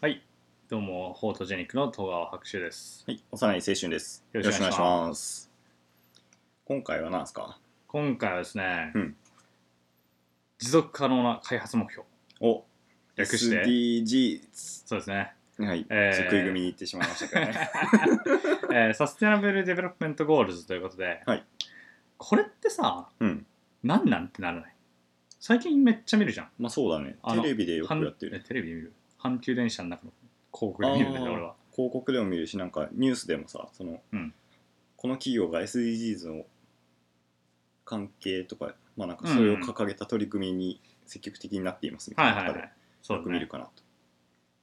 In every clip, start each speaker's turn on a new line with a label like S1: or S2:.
S1: はい、どうも、フォートジェニックの戸川博修です。
S2: はい、幼い青春です。
S1: よろしくお願いします
S2: す。今回は何ですか
S1: 今回はですね、
S2: うん
S1: 持続可能な開発目標、
S2: お、
S1: 略して、
S2: SDGs。
S1: そうですね、
S2: はい、
S1: えー
S2: ちょっと食い組に行ってしまいましたけど ね。
S1: えーサステナブル・デベロップメント・ゴールズということで、
S2: はい
S1: これってさ、
S2: うん。
S1: なんなんってならない最近めっちゃ見るじゃん。
S2: まあそうだね。
S1: あ
S2: テ
S1: の
S2: レビでよく
S1: 阪
S2: やって
S1: え
S2: る。
S1: テレビで見る。阪急電車の中の広告で見るんだけど、
S2: あー
S1: 俺は。
S2: 広告でも見るし、なんかニュースでもさ、その、
S1: うん
S2: この企業が SDGs の関係とか、まあなんかそれを掲げた取り組みに積極的になっていますみたい
S1: はい
S2: な
S1: は
S2: と
S1: い
S2: か
S1: は
S2: で、
S1: い。そう
S2: よ
S1: だ
S2: く
S1: ね
S2: 見るかなと。
S1: っ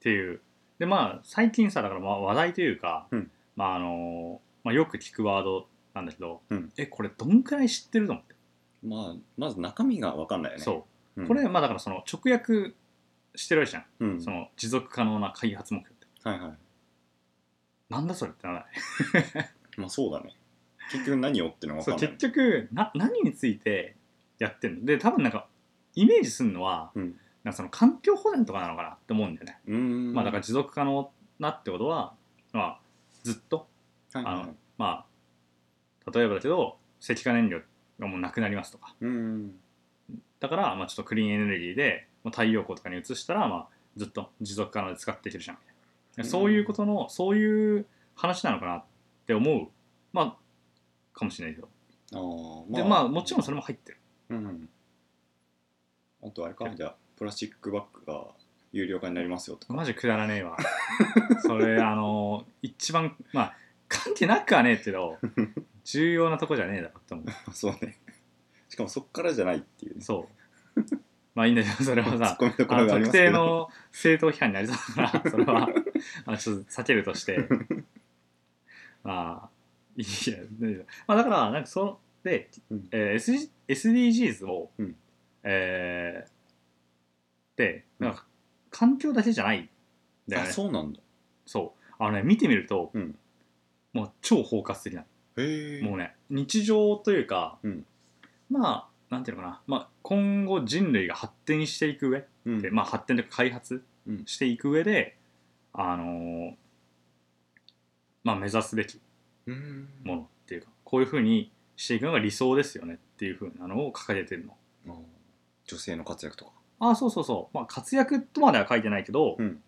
S1: ていうでまあ最近さだからまあ話題というか、
S2: うん
S1: まああのまあ、よく聞くワードなんだけど、
S2: うん
S1: えこれどんくらい知ってると思って、
S2: まあ、まず中身が分かんないよね。
S1: そ
S2: うん。
S1: うこれまあだからその直訳してるわけじゃん、
S2: うん、
S1: その持続可能な開発目標って
S2: はいはい。
S1: なんだそれってならない
S2: まあそうだね。結局何をってのが
S1: そ
S2: 分
S1: う
S2: かんない
S1: 結。局な何についてやってんので多分なんかイメージするのは
S2: うん。
S1: なんかその環境保全とかなのかなって思うんだよね、
S2: うーん
S1: まあだから持続可能なってことは、まあ、ずっと
S2: ら、はいはい
S1: あのまあ例えばだけど石化燃料がもうなくなりますとか
S2: うーん。
S1: だから、まあ、ちょっとクリーンエネルギーでもう太陽光とかに移したら、まあ、ずっと持続可能で使っていけるじゃんみたいな
S2: うん
S1: そういうことのそういう話なのかなって思うまあかもしれないけど、
S2: あー
S1: でまあもちろんそれも入ってる
S2: うん。あとあれか、じゃあ、プラスチックバッグが有料化になりますよと か。
S1: マジくだらねえ わそれあの一番まあ関係なくはねえけ ど重要なとこじゃねえだろって思
S2: そうね。しかもそっからじゃないっていう
S1: う
S2: ね。
S1: そうまあいいんだけどそれは
S2: ツ
S1: さ
S2: ッコミどこ
S1: あ
S2: ろ
S1: の
S2: があ
S1: 特
S2: りますけ
S1: 定
S2: ど。
S1: の政党批判になりそうだから、それは、 あのちょっと避けると して。まあ、いいや、大丈夫まあだから、なんかその、で、
S2: うん
S1: えー SG SDGs を、
S2: うん
S1: えーで、なんか、環境だけじゃないんだよ
S2: あ、
S1: ね。
S2: そうなんだ。
S1: そう。あのね、見てみると、
S2: うん
S1: もう超包括的な。
S2: へえ。
S1: もうね、日常というか、
S2: うん
S1: まあ、なんていうのかな、まあ、今後人類が発展していく上、
S2: うん
S1: でまあ、発展というか開発
S2: うん
S1: していく上で、あのーまあ、目指すべき
S2: うーん
S1: ものっていうかこういうふうにしていくのが理想ですよねっていうふうなのを掲げてるの
S2: あー女性の活躍とか。
S1: ああそうそうそう、まあ、活躍とまでは書いてないけど、
S2: うん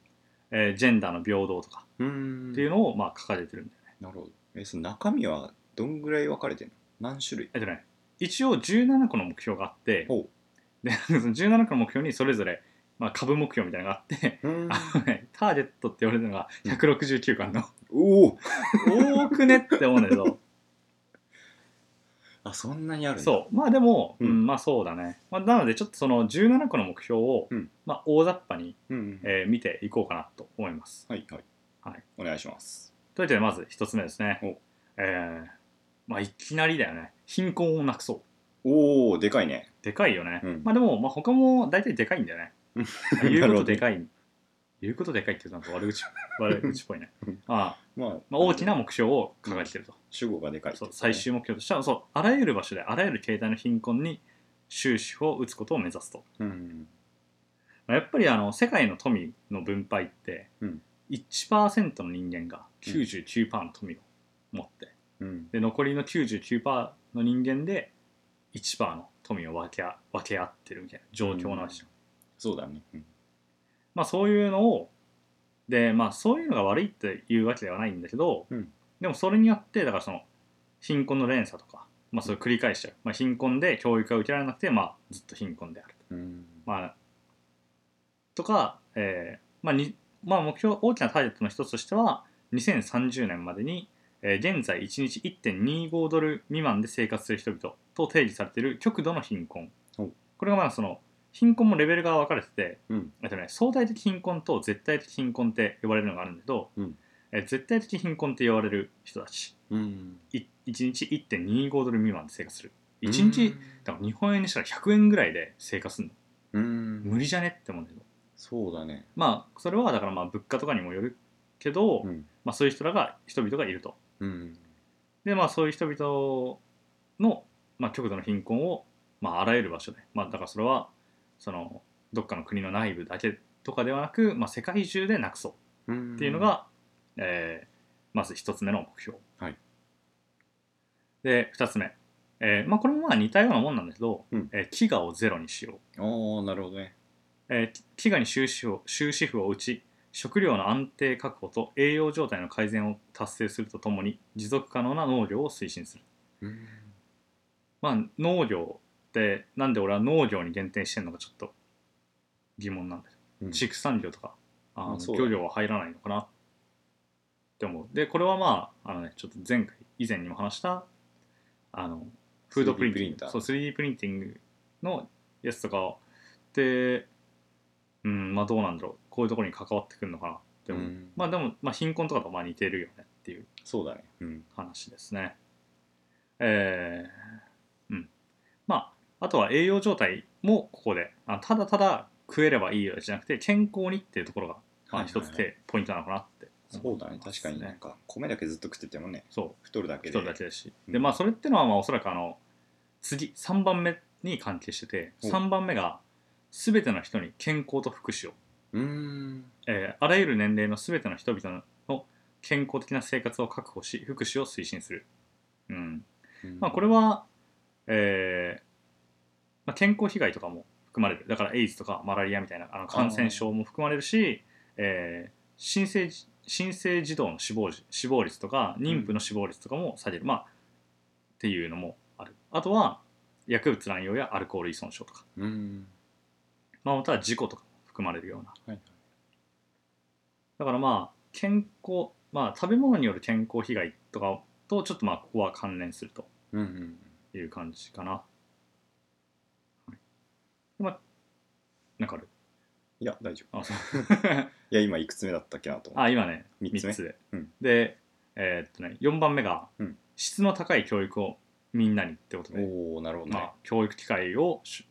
S1: えージェンダーの平等とか
S2: うーん
S1: っていうのをまあ掲げてるんだよね、
S2: なるほど。え、その中身はどんぐらい分かれてるの何種類
S1: えっとね一応17個の目標があって
S2: ほ
S1: で その17個の目標にそれぞれ、まあ、株目標みたいなのがあって
S2: う。 うーん。
S1: ターゲットって言われるのが169巻の、
S2: おお
S1: 多くねって思うんだけど
S2: あ、そんなにあるんだ。
S1: そうまあでも、う
S2: うんん
S1: まあそうだね、まあ、なのでちょっとその17個の目標を、
S2: うん
S1: まあ、大雑把に、
S2: うんうん。
S1: えー見ていこうかなと思います
S2: はいはい。
S1: はい、
S2: お願いします。
S1: というわけでまず1つ目ですね
S2: お
S1: えーまあいきなりだよね貧困をなくそう
S2: おおでかいね。
S1: でかいよね、
S2: うん
S1: まあでも、まあ、他も大体でかいんだよね
S2: うん
S1: 言うこ
S2: なるほ
S1: と
S2: ど
S1: でかい言うことでかいって言うとなんか悪 口悪口っぽいね
S2: うん
S1: ああ、
S2: まあ、
S1: まあ、大きな目標を掲げてると、
S2: 主語がでかいって
S1: そ
S2: こ
S1: う
S2: とね
S1: 最。終目標としてはそうあらゆる場所であらゆる形態の貧困に終止符を打つことを目指すと、
S2: うん。
S1: まあやっぱりあの世界の富の分配って、
S2: うん
S1: 1%の人間が99%の富を持って
S2: うん。
S1: で残りの99%の人間で1%の富を分けあ分け合ってるみたいな状況なんですよ、
S2: そうだね。うん
S1: まあそういうのをでまあそういうのが悪いっていうわけではないんだけど、
S2: うん
S1: でもそれによってだからその貧困の連鎖とか、まあ、それを繰り返しちゃう、まあ、貧困で教育が受けられなくて、まあ、ずっと貧困である
S2: うん。
S1: まあ、とか、えーまあにまあ、目標大きなターゲットの一つとしては2030年までに、えー現在1日1.25ドル未満で生活する人々と定義されている極度の貧困
S2: お
S1: これがまあその貧困もレベルが分かれてて、
S2: うん
S1: えっとね、相対的貧困と絶対的貧困って呼ばれるのがあるんだけど、
S2: うん
S1: えー絶対的貧困って呼ばれる人たち
S2: うん。
S1: い1日1.25ドル未満で生活する1日、だから日本円にしたら100円ぐらいで生活するの
S2: うん。
S1: 無理じゃねって思うんだけど
S2: そうだね。
S1: まあそれはだからまあ物価とかにもよるけど、
S2: うん。
S1: まあ、そういう人らが人々がいると
S2: うん。
S1: でまあそういう人々の、まあ、極度の貧困を、まあ、あらゆる場所で、まあ、だからそれはそのどっかの国の内部だけととかではなく、まあ、世界中でなくそう
S2: っ
S1: っていうの、が、えーまず一つ目の目標。
S2: はい
S1: で二つ目、えーまあ、これもまあ似たようなもんなんだけど、
S2: うん
S1: えー飢餓をゼロにしよう、
S2: ああなるほどね
S1: えー飢餓に終止符を終止符を打ち食料の安定確保と栄養状態の改善を達成するとともに持続可能な農業を推進する、
S2: うん
S1: まあ、農業ってなんで俺は農業に限定してるのかちょっと疑問なんだけど
S2: うん
S1: 畜産業とかあの
S2: あそうだ
S1: 漁
S2: ね
S1: 業は入らないのかなって思うでこれはまああの、ね、ちょっと前回以前にも話したあのフードプリンティン
S2: 3D プリンタ
S1: グ
S2: ー
S1: そう 3D プリンティングのやつとかでうんまあどうなんだろうこういうところに関わってくるのかなって思う、
S2: うん
S1: まあでも、まあ、貧困とかとまあ似てるよねっていう
S2: そうだねうん
S1: 話ですね。えーうん。まあ、あとは栄養状態もここで、あただただ食えればいいよじゃなくて、健康にっていうところが、まあ、一つ手、ポイントなのかなって
S2: そ
S1: 思
S2: う
S1: い
S2: だ
S1: ます
S2: ね確かになん。か米だけずっと食っててもね
S1: そ
S2: 太るだ
S1: う、
S2: け
S1: 一
S2: で
S1: 人だけだし。
S2: うん
S1: で、まあ、それってのは、まあ、おそらくあの、次、3番目に関係してて、
S2: お
S1: 3番目が、すべての人に健康と福祉を、
S2: うーん
S1: えーあらゆる年齢のすべての人々の健康的な生活を確保し、福祉を推進する。うん。まあ、これは、えーまあ、健康被害とかも含まれるだからエイズとかマラリアみたいなあの感染症も含まれるし、えー新生児新生児童の死亡時死亡率とか妊婦の死亡率とかも下げる、まあっていうのもあるあとは薬物乱用やアルコール依存症とか、
S2: うーん
S1: まあ、または事故とかも含まれるような
S2: はい
S1: だからまあ健康まあ食べ物による健康被害とかとちょっとまあここは関連すると
S2: うんうん
S1: いう感じかな。はい、まあ、なんかある
S2: いや大丈夫
S1: あ、そう
S2: いや今いくつ目だったっけなと思って
S1: あ今ね、
S2: 三つ目
S1: 3つで。
S2: うん
S1: で、えーっとね、4番目が、
S2: うん
S1: 質の高い教育をみんなにってことで、
S2: おおなるほど
S1: ま
S2: ね
S1: あ、教育機会をし、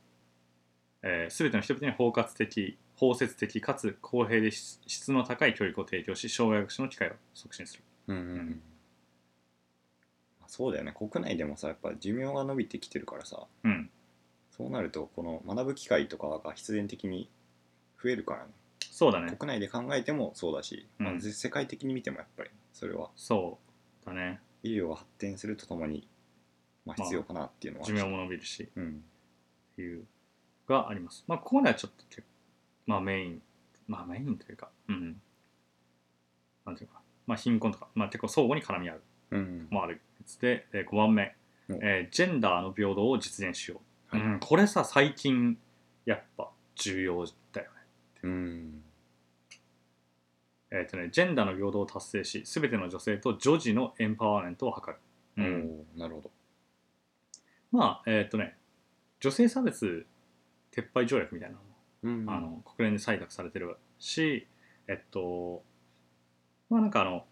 S1: えー、全ての人々に包括的、包摂的かつ公平で質質の高い教育を提供し、障害学習の機会を促進する。
S2: うんうんうんそうだよね国内でもさやっぱ寿命が伸びてきてるからさ
S1: うん、
S2: そうなるとこの学ぶ機会とかが必然的に増えるからね
S1: そうだね。
S2: 国内で考えてもそうだし、ま
S1: う
S2: あ、
S1: ん
S2: ぜ世界的に見てもやっぱりそれは
S1: そうだね。
S2: 医療が発展するとともに、まあ、
S1: まあ
S2: 必要かなっていうのは、
S1: 寿命も伸びるし。
S2: うん
S1: っていうがあります。まあ、ここまではちょっと結構、まあ、メイン、まあ、メインというか、うん。なんていうのかな、まあ、貧困とか、まあ、結構相互に絡み合う、
S2: うん
S1: もあるやつで、え5番目、
S2: うん
S1: えージェンダーの平等を実現しよう。
S2: はい
S1: うん、これさ、最近、やっぱ重要だよね。
S2: うん
S1: えっ、とね、ジェンダーの平等を達成し、すべての女性と女児のエンパワーメントを図る。
S2: お
S1: うん
S2: ーなるほど
S1: まあ、えっ、とね、女性差別撤廃条約みたいなの
S2: うん
S1: あの国連で採択されてるしえっとまあなんかあの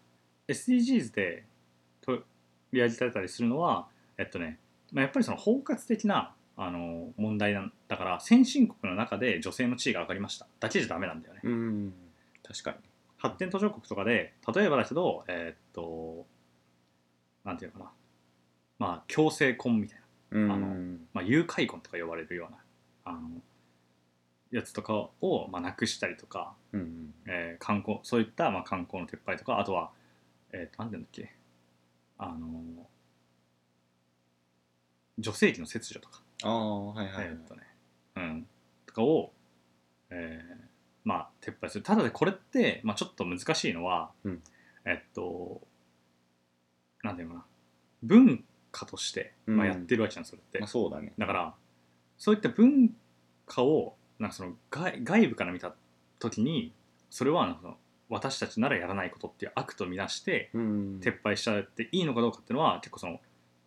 S1: SDGs で取り上げられたりするのはえっとね、まあ、やっぱりその包括的なあの問題なんだから先進国の中で女性の地位が上がりましただけじゃダメなんだよね、
S2: うん確かに
S1: 発展途上国とかで例えばだけどえっとなんていうのかなまあ強制婚みたいな
S2: うん
S1: あのまあ、誘拐婚とか呼ばれるようなあのやつとかを、まあ、なくしたりとか、
S2: うん
S1: えー観光そういった、まあ、観光の撤廃とかあとは、えー、なんていうんだっけあの女性器の切除とか、
S2: ああはいはい、
S1: えーっとねうん、とかを、えーまあ、撤廃するただでこれって、まあ、ちょっと難しいのは、
S2: うん
S1: えーっとなんていうのかな文化として、まあ、やってるわけじゃんそれって
S2: まあ、、そうだね
S1: だからそういった文化をなんかその外外部から見た時にそれはなんかその私たちならやらないことっていう悪とみなして
S2: うん
S1: 撤廃しちゃっていいのかどうかっていうのは結構その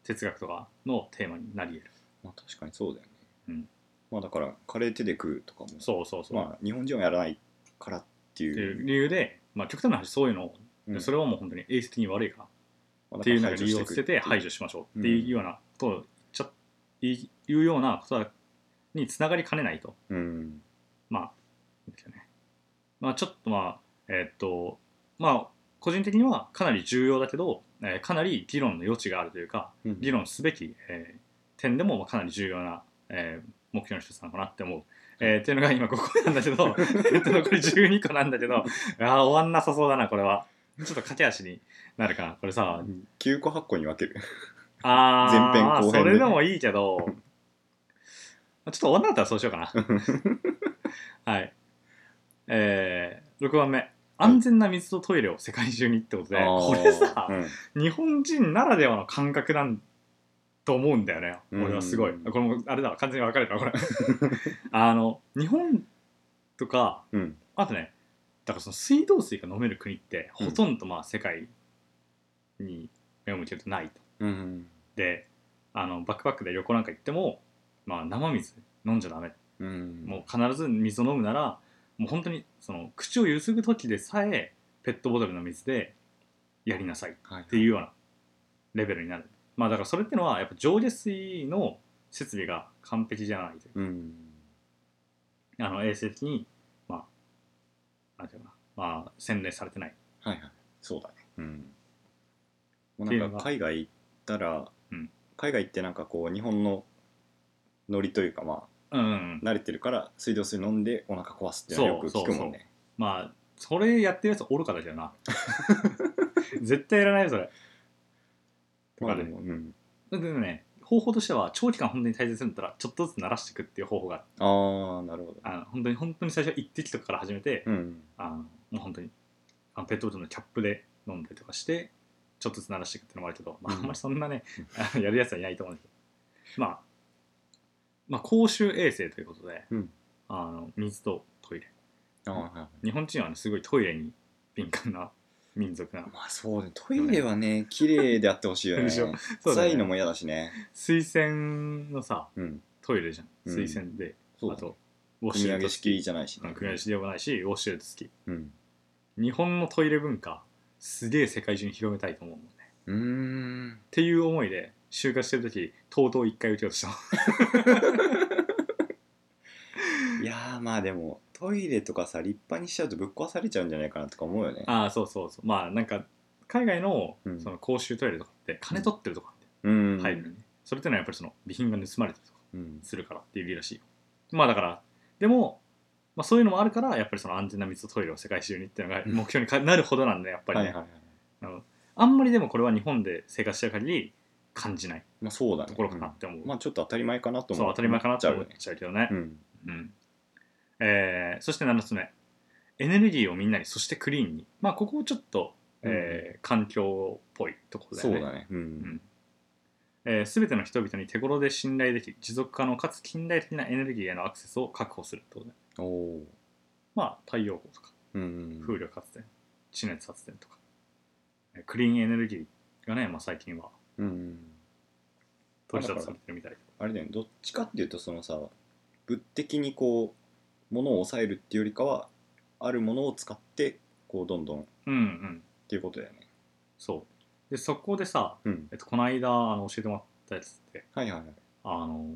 S1: 哲学とかのテーマになり得る
S2: まあ、確かにそうだよね、
S1: うん
S2: まあだからカレー手で食うとかも
S1: そうそうそう、
S2: まあ日本人はやらないからって
S1: って
S2: い
S1: いう
S2: う
S1: 理由で、まあ、極端な話そういうのを、
S2: うん
S1: それはもう本当に衛生的に悪いから
S2: まあ
S1: っ
S2: だ
S1: て
S2: か
S1: いう
S2: ら
S1: のを
S2: 排除
S1: 理由を
S2: く
S1: つけて排除しましょうっていうようなことを言っちゃ言い言うようなことはにつながりかねないと
S2: うん
S1: まあ、なんですよね。まあ、ちょっとまあ、えーっと、まあ、個人的にはかなり重要だけど、えーかなり議論の余地があるというか、
S2: うん
S1: 議論すべき、えー点でもまあかなり重要な、えー目標の一つなのかなって思う。えーっていうのが今5個なんだけど、えっと残り12個なんだけど、ああ、終わんなさそうだな、これは。ちょっと駆け足になるかな。これさ、
S2: 9個8個に分ける。
S1: あー
S2: 前編後編で
S1: それでもいいけど、ちょっと終わんなかったらそうしようか な。はい。えー、6番目。安全な水とトイレを世界中にってことで、
S2: あー
S1: これさ、
S2: うん
S1: 日本人ならではの感覚なんと思うんだよね
S2: うん
S1: 俺はすごい、これもあれだわ完全に分かれたわこれ あの日本とか
S2: うん
S1: あとねだからその水道水が飲める国って
S2: うん
S1: ほとんどまあ世界に目を向けるとないと、
S2: うん
S1: であのバックパックで旅行なんか行っても、まあ、生水飲んじゃダメ
S2: うん
S1: もう必ず水を飲むならもう本当にその口をゆすぐ時でさえペットボトルの水でやりなさい
S2: はい
S1: っていうようなレベルになるまあだからそれってのはやっぱ上下水の設備が完璧じゃないという
S2: うん
S1: あの衛生的にまあなんていうのかなまあ洗練されてない
S2: はいはいそうだねうんも
S1: って
S2: う
S1: いう
S2: な
S1: の
S2: ん
S1: が
S2: か海外行ったら、
S1: うん
S2: 海外ってなんかこう日本のノリというかま
S1: うんうんうん
S2: あ慣れてるから水道水飲んでお腹壊すっていうのはよく聞くもんね
S1: まあそれやってるやつ愚かだけど な絶対やらないよそれとか
S2: まあ
S1: で
S2: でもうん
S1: でもね方法としては長期間本当に滞在するんだったらちょっとずつ慣らしていくっていう方法がある
S2: ああなるほど
S1: あの本当に本当に最初は一滴とかから始めて、
S2: うん
S1: あのもう本当にあのペットボトルのキャップで飲んだりとかしてちょっとずつ慣らしていくっていうのもあるけど、まあ、
S2: う
S1: あ
S2: ん
S1: んまりそんなね、あ のやるやつはいないと思うんですけど、まあ、まあ公衆衛生ということで、
S2: うん
S1: あの水とトイレ
S2: あーはい
S1: 日本人は、ね、すごいトイレに敏感な民族 なの
S2: まあそうねトイレはね綺麗であってほしいよね
S1: でしょそうだ
S2: 臭
S1: ね
S2: いのも嫌だしね
S1: 水洗のさ
S2: うん
S1: トイレじゃん
S2: うん
S1: 水洗で、
S2: そう
S1: あ
S2: だね
S1: とウォッ
S2: 組
S1: シ
S2: み
S1: ュレッ
S2: 上
S1: ト
S2: げ
S1: 付
S2: 式
S1: き
S2: じゃないし
S1: うん組み上げ式でもないしウォッシュレット付き
S2: うん
S1: 日本のトイレ文化すげえ世界中に広めたいと思うもんね
S2: うーん
S1: っていう思いで就活してる時とうとう一回受けようとした の
S2: いやーまあでもトイレとかさ立派にしちゃうとぶっ壊されちゃうんじゃないかなとか思うよね
S1: ああそうそうそうまあなんか海外の
S2: うん
S1: その公衆トイレとかって金取ってるとかって
S2: うん
S1: 入るのに、それってのはやっぱりその備品が盗まれたりとか
S2: うん
S1: するからっていう理由らしいよまあだからでも、まあ、そういうのもあるからやっぱりその安全な水とトイレを世界中にっていうのが目標にかなるほどなんでやっぱり
S2: は
S1: ね、
S2: いはいはい
S1: あのあんまりでもこれは日本で生活してる限り感じない
S2: まあそうだね
S1: ところかなって思う、
S2: まあちょっと当たり前かなと
S1: そう
S2: 思
S1: 当たり前かなと思っ
S2: ちゃ
S1: ちゃうけどね
S2: う、よね
S1: うんえーそして7つ目エネルギーをみんなにそしてクリーンにまあここをちょっと、えー環境っぽいとこ
S2: う
S1: ろ
S2: ん
S1: だ
S2: そう
S1: よね
S2: だねう
S1: うんんえー全ての人々に手頃で信頼でき持続可能かつ近代的なエネルギーへのアクセスを確保するってことだよ
S2: おお
S1: まあ太陽光とか
S2: ーうん
S1: 風力発電、地熱発電とか、えークリーンエネルギーがね、まあ、最近は
S2: うん
S1: 取り沙汰されてるみたい
S2: あれだよねどっちかっていうとそのさ物的にこうものを抑えるっていうよりかはあるものを使ってこうどんどんっ
S1: うんうん
S2: ていうことだよね
S1: そうでそこでさ、
S2: うん
S1: えっと、この間あの教えてもらったやつって
S2: はいはいはい
S1: あの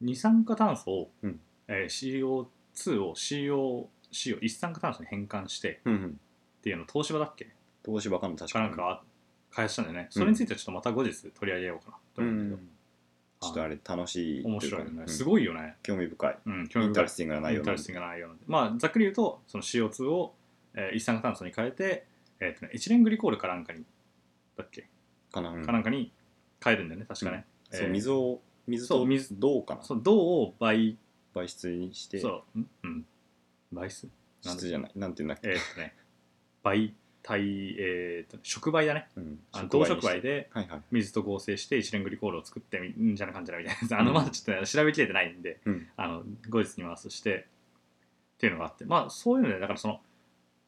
S1: 二酸化炭素を、
S2: うん
S1: えー CO2 を COC を一酸化炭素に変換して
S2: うんうん
S1: っていうの東芝だっけ
S2: 東芝かの
S1: か
S2: 確か
S1: な
S2: に
S1: んか開発したんだよね、それについてはちょっとまた後日取り上げようかなと
S2: う
S1: 思うんだけど、
S2: んちょっとあれ楽しいとう
S1: 面
S2: か
S1: 白いよね、
S2: うん
S1: すごいよね、
S2: 興味深い
S1: うん、
S2: イ
S1: 興味
S2: ン
S1: 深
S2: タ
S1: い
S2: レスティングな内
S1: イ
S2: 容
S1: ンタレスティングな内容なんでまあざっくり言うとその CO2 を、えー一酸化炭素に変えて、えーとね、エチレングリコールかなんかにだっけ、
S2: かな,うん、
S1: かなんかに変えるんだよね確かね、えー
S2: そう水を水
S1: そ
S2: と
S1: う水
S2: どうかな
S1: そう銅を倍
S2: 媒質にして
S1: そううんうん倍数なん
S2: 質じゃないなんていうんだっけ、
S1: えーとね倍体えーと触媒だね
S2: うん
S1: あの
S2: 触
S1: 銅
S2: 媒に
S1: 触媒
S2: して
S1: で
S2: はいはい
S1: 水と合成して一連グリコールを作ってみんじゃな感じだみたいなやつあのまだちょっとね、調べきれてないんで
S2: うん
S1: あの後日に回すしてっていうのがあってまあそういうのでだからその、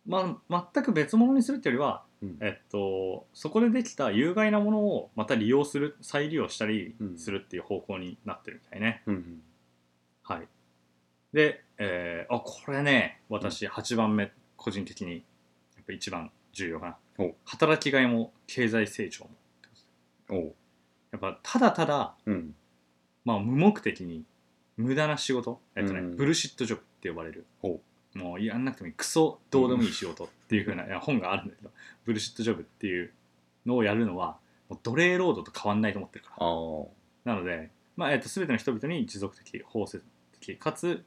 S1: まあ、全く別物にするっていうよりは、
S2: うん
S1: えっと、そこでできた有害なものをまた利用する再利用したりするっていう方向になってるみたいね、
S2: うんうん
S1: はいで、えーあこれね私8番目個人的にやっぱ一番重要かな、
S2: お
S1: 働きがいも経済成長も
S2: おう
S1: やっぱただただ、
S2: うん
S1: まあ、無目的に無駄な仕事、えっとね
S2: うん
S1: ブルシットジョブって呼ばれる
S2: ほ
S1: もうやんなくてもいいクソどうでもいい仕事っていうふうな、いや本があるんだけどブルシットジョブっていうのをやるのはもう奴隷労働と変わんないと思ってるから
S2: ああ
S1: なので、まあえっと全ての人々に持続的包摂的かつ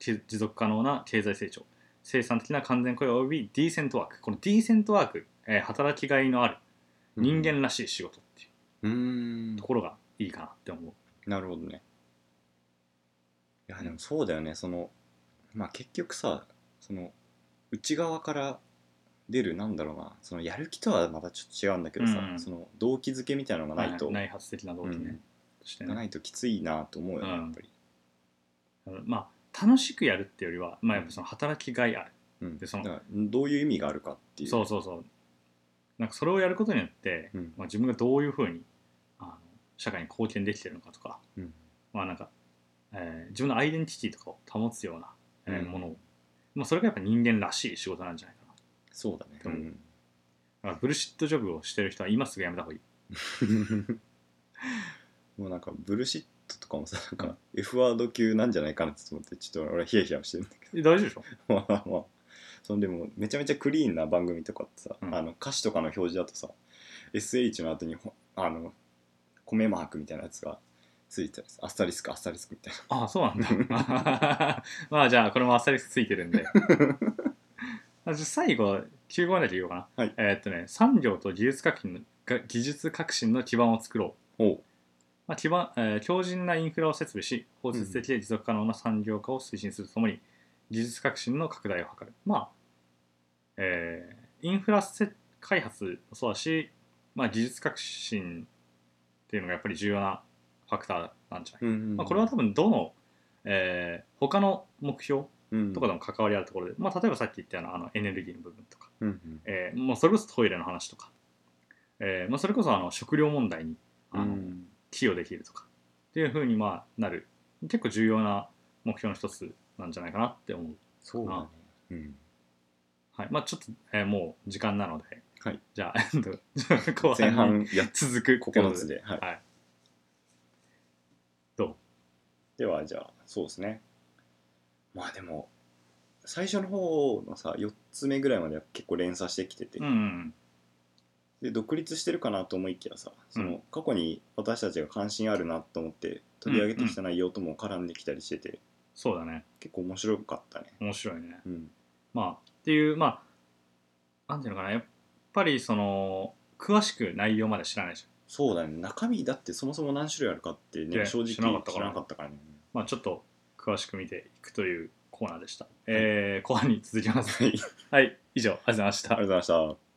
S1: 持持続可能な経済成長生産的な完全雇用及びディーセントワークこのディーセントワーク、えー働きがいのある人間らしい仕事っていう
S2: うーん
S1: ところがいいかなって思う
S2: なるほどねいやでもそうだよねそのまあ結局さその内側から出るなんだろうなそのやる気とはまたちょっと違うんだけどさ、
S1: うん
S2: その動機づけみたいなのがないと、
S1: 内発的な動機ね、として
S2: うんが
S1: ね
S2: ないときついなと思うよね、
S1: うん
S2: やっぱり、
S1: まあ楽しくやるっていうよりは、まあ、やっぱその働きがいある
S2: うん、
S1: でその
S2: だからどういう意味があるかっていう
S1: そうそうそうなんかそれをやることによって、
S2: うん
S1: まあ、自分がどういうふうにあの社会に貢献できてるのかとか、
S2: うん
S1: まあなんかえー自分のアイデンティティとかを保つような、えー
S2: うん
S1: ものを、まあ、それがやっぱ人間らしい仕事なんじゃないかな
S2: そうだね
S1: うだからブルシットジョブをしてる人は今すぐ辞めた方がいい
S2: もうなんかブルシットとかもさなんか F ワード級なんじゃないかなって思ってちょっと俺ヒヤヒヤしてるんだけ
S1: え大丈夫でしょ
S2: どまあまあ そのでもめちゃめちゃクリーンな番組とかってさ、
S1: うん
S2: あの歌詞とかの表示だとさ SH の後にほあの米マークみたいなやつがついてたりさアスタリスクアスタリスクみたい
S1: ああそうなんだ まあじゃあこれもアスリスついてる んであじゃあ最後9号までで言おうかな、
S2: はい
S1: えーっとね産業と技術革新のが技術革新の基盤を作ろう
S2: なおう
S1: まあ基盤えー強靭なインフラを設備し包摂的で持続可能な産業化を推進するとともに、技術革新の拡大を図るまあえーインフラせ開発もそうだし、まあ、技術革新っていうのがやっぱり重要なファクターなんじゃない、
S2: うんうんうん
S1: まあ、これは多分どの、えー他の目標
S2: うん
S1: とかでも関わりあるところで、まあ、例えばさっき言ったようなあのエネルギーの部分とか、
S2: うんうん
S1: えーもうそれこそトイレの話とか、えーまあ、それこそあの食料問題にあの、
S2: うん
S1: 寄与できるとかっていうふうにまあなる結構重要な目標の一つなんじゃないかなって思う、
S2: そうだねうん
S1: はいまあ、ちょっと、えーもう時間なので、
S2: はい
S1: じゃあえっと 後
S2: 前
S1: 半に
S2: 半やっ
S1: 続くこ
S2: 9つで、はい、
S1: はいどう
S2: ではじゃあそうですねまあでも最初の方のさ4つ目ぐらいまでは結構連鎖してきてて、
S1: うんうん
S2: で独立してるかなと思いきやさその、
S1: う
S2: 過去に私たちが関心あるなと思って取り上げてきた内容とも絡んできたりしてて、
S1: そうだね
S2: 結構面白かったね
S1: 面白いね
S2: うん
S1: まあっていうまあなんていうのかなやっぱりその詳しく内容まで知らないじゃん
S2: そうだね中身だってそもそも何種類あるかってね
S1: ね
S2: 正直
S1: 知らなかった
S2: 知
S1: からら
S2: なかったからね
S1: まあちょっと詳しく見ていくというコーナーでした、えー後半に続きます
S2: はいありがとう
S1: はい以上ありがとうございました
S2: ございました